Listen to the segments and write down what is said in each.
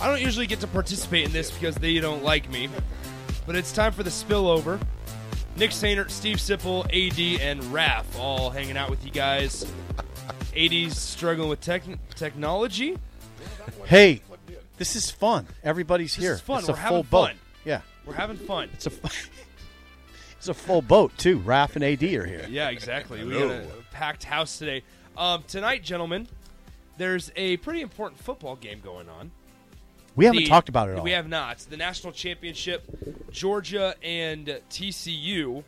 I don't usually get to participate in this because they don't like me, but it's time for the spillover. Nick Sainert, Steve Sipple, AD, and Raph all hanging out with you guys. AD's struggling with tech- technology. Hey, this is fun. Everybody's here. is fun. It's We're a having full boat. fun. Yeah, We're having fun. it's a it's a full boat too. Raph and AD are here. Yeah, exactly. We got a packed house today. Um, tonight, gentlemen, there's a pretty important football game going on. We haven't the- talked about it at all. We have not. The national championship, Georgia and TCU,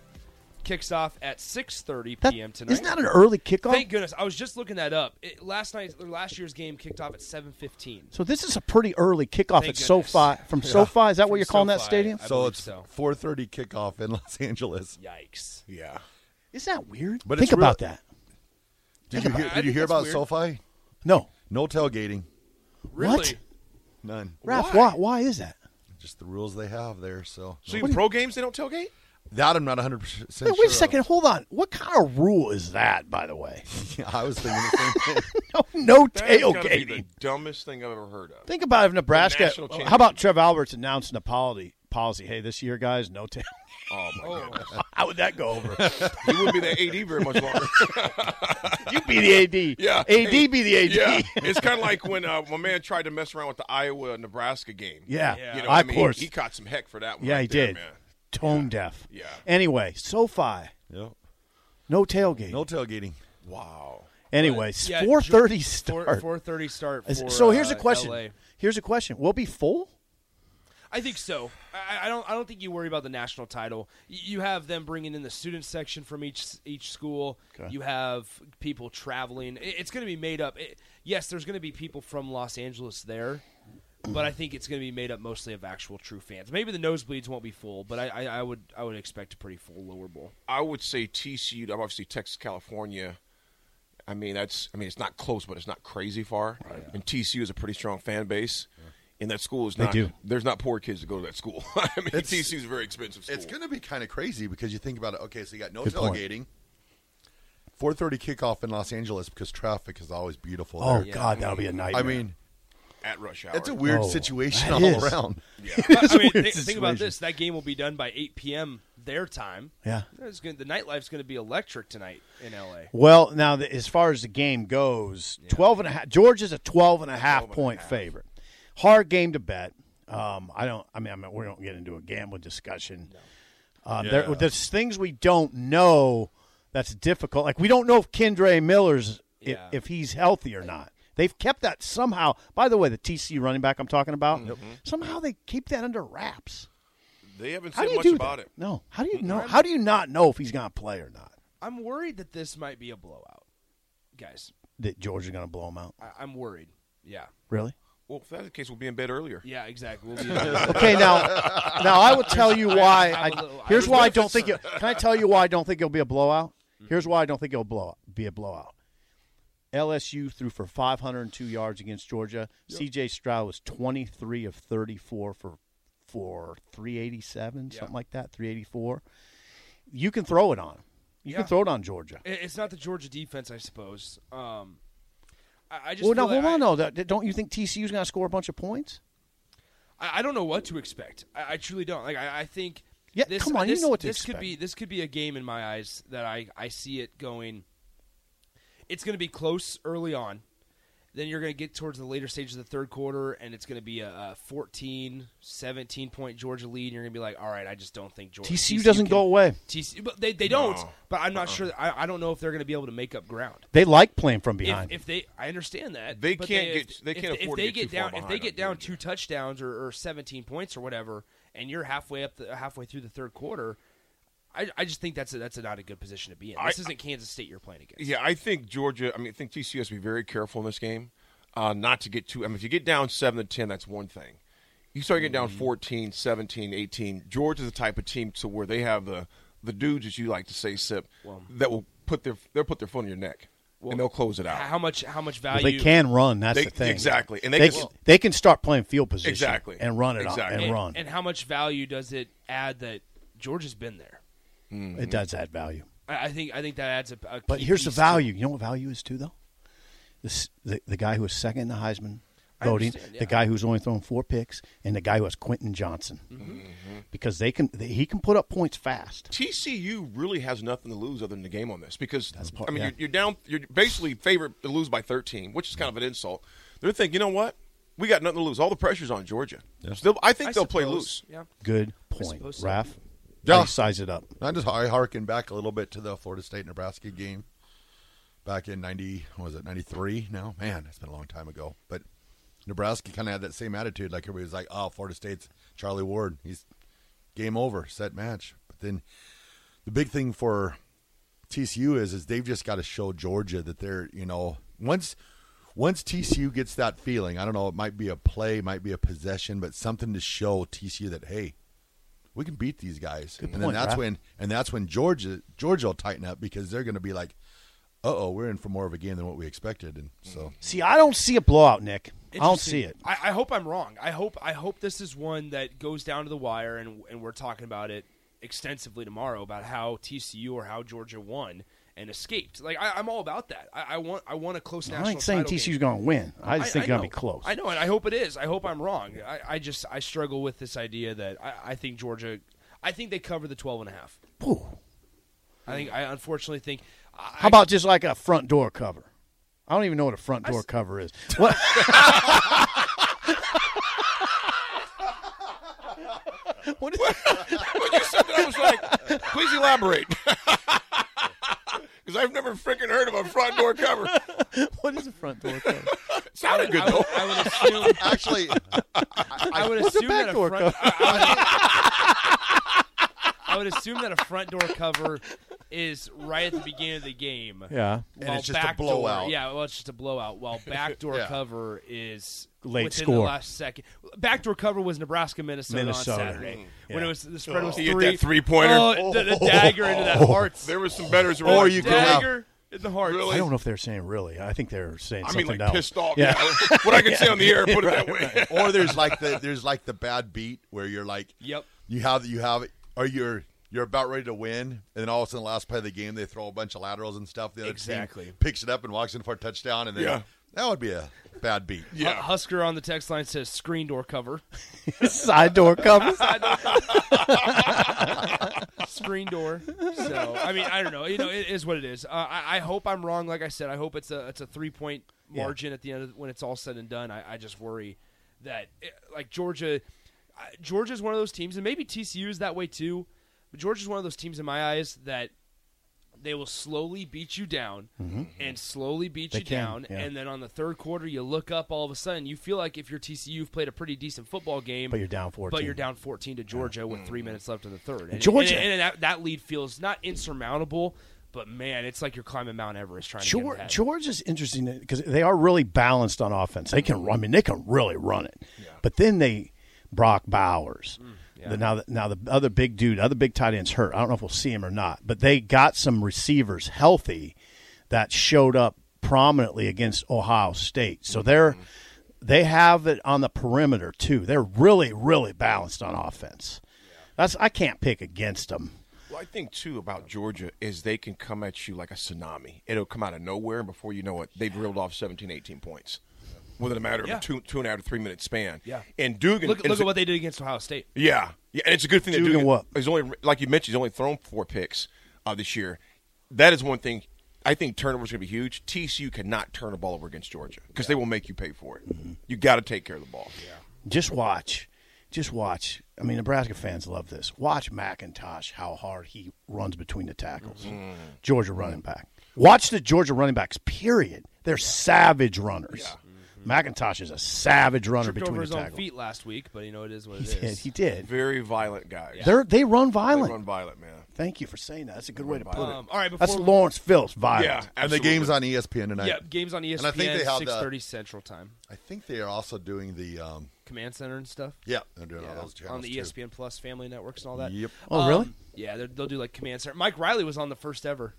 kicks off at 6:30 That- p.m. tonight. Isn't that an early kickoff? Thank goodness. I was just looking that up. It, last night, or last year's game kicked off at 7:15. so this is a pretty early kickoff Thank at goodness. SoFi. From SoFi, is that From what you're calling that SoFi. stadium? oh I so believe it's so. 4:30 kickoff in Los Angeles. Yikes! Yeah. Is that weird? But Think it's real- about that. Did you hear, I did you think hear about that's SoFi? No, No tailgating. Really? What? None. Raph. Why? Why is that? Just the rules they have there. So, So in pro games they don't tailgate? that I'm not 100 percent sure. Wait, wait a of. second. Hold on. What kind of rule is that? By the way, I was thinking the same thing. no, no That's gotta be tailgating. the dumbest thing I've ever heard of. Think about if Nebraska. Oh, national How about Trev Alberts announcing the policy? Policy. Hey, this year, guys, no tail. Oh my Oh, How would that go over? god. You wouldn't be the AD very much longer. You be the AD. Yeah. AD be the AD. yeah. It's kinda like when uh, my man tried to mess around with the Iowa Nebraska game. Yeah. Yeah. You know, of I mean, he- course. He, caught some heck for that one. yeah, right he there, did. man. Tone deaf. Yeah. Anyway, SoFi, Yep. no tailgate. No tailgating. Wow. anyway, Yeah, four thirty Four- start. 4:30 start. Is- for, so here's uh, a question. LA. Here's a question. We'll be full. I think so. I, I don't. I don't think you worry about the national title. Y- You have them bringing in the student section from each each school. You have people traveling. It- It's going to be made up. It, yes, there's going to be people from Los Angeles there, but I think it's going to be made up mostly of actual true fans. Maybe the nosebleeds won't be full, but I, I, I would I would expect a pretty full lower bowl. I would say TCU. Obviously, Texas, California. I mean, that's. I mean, it's not close, but it's not crazy far. And TCU is a pretty strong fan base, and that school is not. do. There's not poor kids that go to that school. I mean, It's- TCU is a very expensive school. It's going to be kind of crazy because you think about it. Okay, so you got no Good point. tailgating. 4:30 kickoff in Los Angeles because traffic is always beautiful. Oh there. God, that'll be a nightmare. I mean, at rush hour. it's a weird Oh, situation that is. all around. I It's a mean, weird thi- think about situation. this. That game will be done by 8 p.m. their time. Yeah. There's gonna, the nightlife's going to be electric tonight in L.A. Well, now the, as far as the game goes, twelve and a half. Georgia's a twelve and a half point favorite. Hard game to bet. Um, I don't. I mean, I mean, we don't get into a gambling discussion. Um, there, there's things we don't know that's difficult. Like we don't know if Kendra Miller's i- Yeah. if, he's healthy or not. They've kept that somehow. By the way, the TC running back I'm talking about, somehow they keep that under wraps. They haven't How said do you much do about that? it. No. How do you know? How do you not know if he's going to play or not? I'm worried that this might be a blowout, guys. That Georgia's going to blow him out. I, I'm worried. Yeah. Really? Well, if that's the case, we'll be in bed earlier. Yeah, exactly. We'll be Okay, now, now I will tell you why. I have a I, little- I here's was why I really don't think. It, can I tell you why I don't think it'll be a blowout? Here's why I don't think it'll blow out, be a blowout. LSU threw for 502 yards against Georgia. C.J. Stroud was 23 of 34 for for 387, something like that, 384. You can throw it on. 'em. You Yeah. can throw it on Georgia. It- it's not the Georgia defense, I suppose. Um, I, I just Well, now feel like hold on. I, though. That- Don't you think TCU's going to score a bunch of points? I, I don't know what to expect. I, I truly don't. Like I, I think. Yeah, this, come on, you this, know what to this could expect. be. This could be a game in my eyes that I I see it going. It's going to be close early on. Then you're going to get towards the later stages of the third quarter, and it's going to be a, a 14, 17 point Georgia lead. And you're going to be like, all right, I just don't think Georgia. TCU doesn't can- go away. TCU, but they, they don't. But I'm Uh-uh. not sure. I, I don't know if they're going to be able to make up ground. They like playing from behind. If, if they, I understand that They but can't if- get- they if- can't if, afford to they get too far down. If they behind get on down Georgia. two touchdowns or, or 17 points or whatever, and you're halfway up, the, halfway through the third quarter, I, I just think that's a, that's a not a good position to be in. This isn't Kansas State you're playing against. Yeah, I think Georgia. I mean, I think TCU has to be very careful in this game, uh, not to get too. I mean, if you get down seven to ten, that's one thing. You start getting down 14, 17, 18. Georgia's the type of team to where they have the the dudes that you like to say sip that will put their they'll put their foot on your neck and they'll close it out. How much how much Well, value? they can run. That's They- the thing. exactly, and they they can- can, they can start playing field position Exactly. and run it Exactly. on, and, and, run. and how much value does it add that Georgia's been there? It does add value. I, I think I think that adds a. a But key here's the piece to- value. You know what value is too, though. This the the guy who was second in the Heisman voting, understand, yeah. the guy who's only thrown four picks, and the guy who has Quentin Johnson, Mm-hmm. because they can they, he can put up points fast. TCU really has nothing to lose other than the game on this because part- I mean yeah. you're, you're down you're basically favored to lose by 13, which is kind of an insult. They're thinking, you know what? We got nothing to lose. All the pressure's on Georgia. So they'll- I think I they'll play suppose, loose. Yeah. Good suppose point, so. Raf. Yeah. I size it up. I just I harken back a little bit to the Florida State Nebraska game back in ninety what was it ninety three? Now man, it's been a long time ago. But Nebraska kind of had that same attitude. Like everybody was like, "Oh, Florida State's Charlie Ward. He's game over, set match." But then the big thing for TCU is is they've just got to show Georgia that they're you know once once TCU gets that feeling, I don't know, it might be a play, might be a possession, but something to show TCU that hey, we can beat these guys, and point, then that's Raph. when and that's when Georgia Georgia will tighten up because they're going to be like, uh oh, we're in for more of a game than what we expected, and so See, I don't see a blowout, Nick. I don't Interesting. see it. I, I hope I'm wrong. I hope I hope this is one that goes down to the wire, and and we're talking about it extensively tomorrow about how TCU or how Georgia won and escaped. Like I, I'm all about that. I, I want I want a close national. I ain't saying title game. TCU's going to win. I just think it's know. going to be close. I know, and I hope it is. I hope I'm wrong. I, I just I struggle with this idea that I, I think Georgia. I think they cover the 12 and a half. Ooh. I think I unfortunately think. I, How about just like a front door cover? I don't even know what a front door cover is. What? what is when you said that, I was like, please elaborate. Because I've never freaking heard of a front door cover. what is a front door cover? Sounded good, I though. would, I would assume. actually, I would assume that a backdoor front. I, I would- I would assume that a front door cover is right at the beginning of the game. Yeah. And While it's just a back door- blowout. yeah, well, it's just a blowout. While backdoor Yeah. cover is Late within the score. last second. Backdoor cover was Nebraska Minnesota, Minnesota. on Saturday Mm. when Yeah. it was the spread was You three. hit that three-pointer. Oh, the, the dagger into that heart. There was some betters Or around. you could have- Dagger in the heart. Really? I don't know if they're saying really. I think they're saying I mean, something like else. pissed off. Yeah. Yeah. what I can say on the air, put it that way. or there's like the there's like the bad beat where you're like, Yep. you have you have or you're you're about ready to win, and then all of a sudden, last play of the game, they throw a bunch of laterals and stuff. The other Exactly. team picks it up and walks in for a touchdown, and then Yeah. that would be a bad beat. Uh, Husker on the text line says screen door cover. Side door cover. screen door. So I mean, I don't know. You know, it is what it is. Uh, I, I hope I'm wrong. Like I said, I hope it's a it's a three point margin at the end of, when it's all said and done. I, I just worry that eh, like Georgia, I- Georgia's one of those teams, and maybe TCU is that way too. But Georgia's one of those teams in my eyes that they will slowly beat you down and slowly beat Mm-hmm. They you can, down yeah. and then on the third quarter you look up all of a sudden you feel like if you're tcu you've played a pretty decent football game But you're down 14. but you're down 14 to Georgia with three minutes left in the third. And, Mm-hmm. Georgia- and, and that, that lead feels not insurmountable, but man, it's like you're climbing Mount Everest trying to get George, ahead. Georgia's interesting because they are really balanced on offense. They can, run- I mean, they can really run it. But then they Brock Mm, Bowers. The- now, the, now the other big dude, other big tight ends hurt. I don't know if we'll see him or not. But they got some receivers healthy that showed up prominently against Ohio State. So they're Mm-hmm. they have it on the perimeter too. They're really really balanced on offense. That's I can't pick against them. Well, I think too about Georgia is they can come at you like a tsunami. It'll come out of nowhere, and before you know it, they've reeled off 17, 18 points within a matter of Yeah. a two, two and a half to three minute span. Yeah. And Dugan. Look, look and it's a- at what they did against Ohio State. Yeah, yeah, and it's a good thing that Dugan Dugan what? He's only like you mentioned. He's only thrown four picks uh, this year. That is one thing. I think turnovers going to be huge. TCU cannot turn a ball over against Georgia because they will make you pay for it. You got to take care of the ball. Yeah. just watch, just watch. I mean, Nebraska fans love this. Watch McIntosh how hard he runs between the tackles. Mm-hmm. Georgia running back. Watch the Georgia running backs. Period. They're savage runners. McIntosh is a savage runner Tripped between Mm-hmm. over the his own tackles. feet last week, but you know it is what He it did. is. He did. Very violent guys. They're, they run They violent. run violent, man. Thank you for saying that. That's a good way to put violent. it. Um, all right, before That's Lawrence Phillips violent. Yeah, And the absolutely. game's on E ESPN tonight. yeah, games on E ESPN, I think they have the- 6:30 Central Time, I think they are also doing the um, Command Center and stuff. yeah, they're doing Yeah, all those channels on the E too. ESPN Plus family networks and all that. Uh, Yep. Oh, really? Yeah, they're- they'll do like Command Center. Mike Riley was on the first ever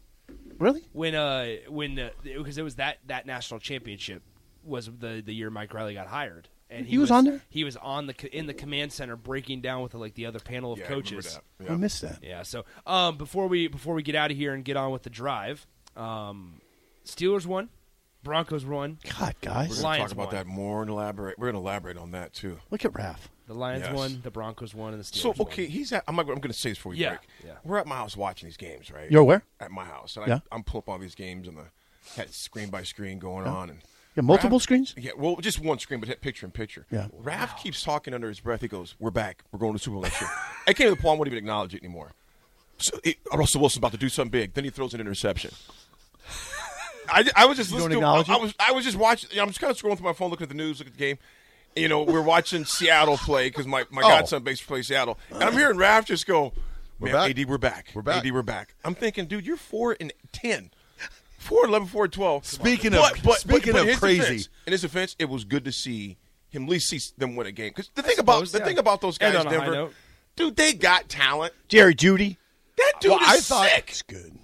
Really? when uh when because it was that that national championship was the the year Mike Riley got hired and He was on there? He was on the co- in the command center breaking down with like the other panel of Yeah, I remember coaches. that. I Yeah. missed that. Yeah. So um before we before we get out of here and get on with the drive, um Steelers won. Broncos won. God, We're guys, going to Lions talk about won. that more and elaborate. We're going to elaborate on that too. look at Raf. The Lions Yes. won. The Broncos won. And the Steelers So won. okay, he's at. I'm, not- I'm going to say this before we Yeah, break. yeah. We're at my house watching these games, right? You're where? At my house, and Yeah. I, I'm pulling up all these games and the had screen by screen going on and. You have multiple Raph- screens? Yeah, well, just one screen, but hit picture in picture. Yeah. Raph keeps talking under his breath. He goes, "We're back. We're going to the Super Bowl next year." I came to the point I wouldn't even acknowledge it anymore. So it, Russell Wilson's about to do something big. Then he throws an interception. I, I was just You don't listening. to- acknowledge I, I it? was I was just watching. You know, I'm just kind of scrolling through my phone, looking at the news, looking at the game. You know, we're watching Seattle play because my, my Oh. godson basically plays Seattle, and I'm hearing Raph just go, "Man, back. AD, we're back. We're back. AD, we're back." I'm thinking, dude, you're four and ten. 4 11, 4 12. Speaking of- speaking of his crazy. defense- in his defense, it was good to see him at least see them win a game. Because the thing about suppose, the yeah. thing about those And guys, on a high Denver, note. dude, they got talent. Jerry Judy. That dude Well, is I thought- sick. It's good.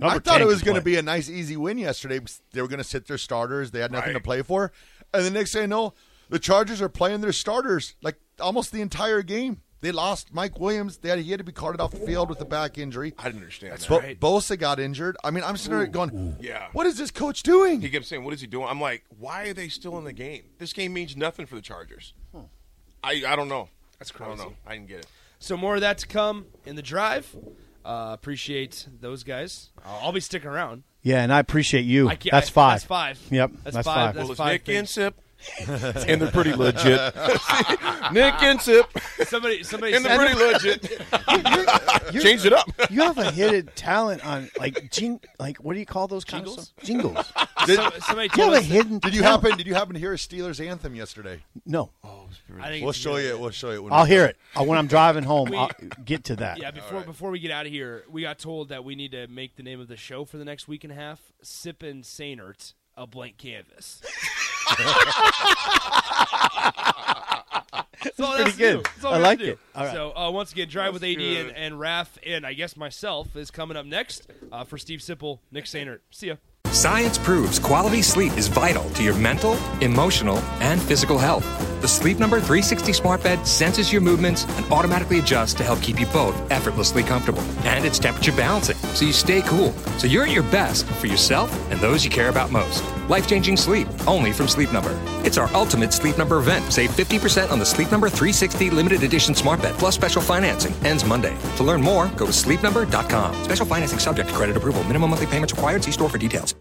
I thought it was going to be a nice, easy win yesterday. because They were going to sit their starters. They had nothing to Right. play for. And the next thing I know, the Chargers are playing their starters like almost the entire game. They lost Mike Williams. They had, he had to be carted off the field with a back injury. I didn't understand that. Bo- Bosa got injured. I mean, I'm sitting there going, Yeah. what is this coach doing? He kept saying, "What is he doing?" I'm like, "Why are they still in the game? This game means nothing for the Chargers." I I don't know. Hmm. That's I don't crazy. know. I didn't get it. So more of that to come in the drive. Uh, appreciate those guys. I'll, I'll be sticking around. Yeah, and I appreciate you. I can't- that's I- five. that's five. Yep. That's five. that's five. That's- well, it's five Nick things. Insip, and they're pretty legit. Nick Insip, Somebody, somebody. and said, they're pretty legit. You're- Changed it up. you have a hidden talent on like jing, like what do you call those kind Jingles? of songs? jingles? Did, some- somebody You told have a us- hidden. did you talent. happen? Did you happen to hear a Steelers anthem yesterday? No, I think We'll it's- show you. We'll show you. when I'll we- hear it Uh, when I'm driving home. We- I'll get to that. Yeah, before before we get out of here, we got told that we need to make the name of the show for the next week and a half. Sippin' Sainert, a blank canvas. That's all pretty it has to do. good. That's all I we have like to do. it. All right. So uh, once again, drive with AD and, good. and Raph and I guess myself is coming up next uh, for Steve Sipple, Nick Sainert. See ya. Science proves quality sleep is vital to your mental, emotional, and physical health. The Sleep Number 360 smart bed senses your movements and automatically adjusts to help keep you both effortlessly comfortable. And it's temperature balancing, so you stay cool. So you're at your best for yourself and those you care about most. Life-changing sleep, only from Sleep Number. It's our ultimate Sleep Number event. Save 50% on the Sleep Number 360 limited edition smart bed plus special financing. Ends Monday. To learn more, go to sleepnumber.com. Special financing subject to credit approval. Minimum monthly payments required. See store for details.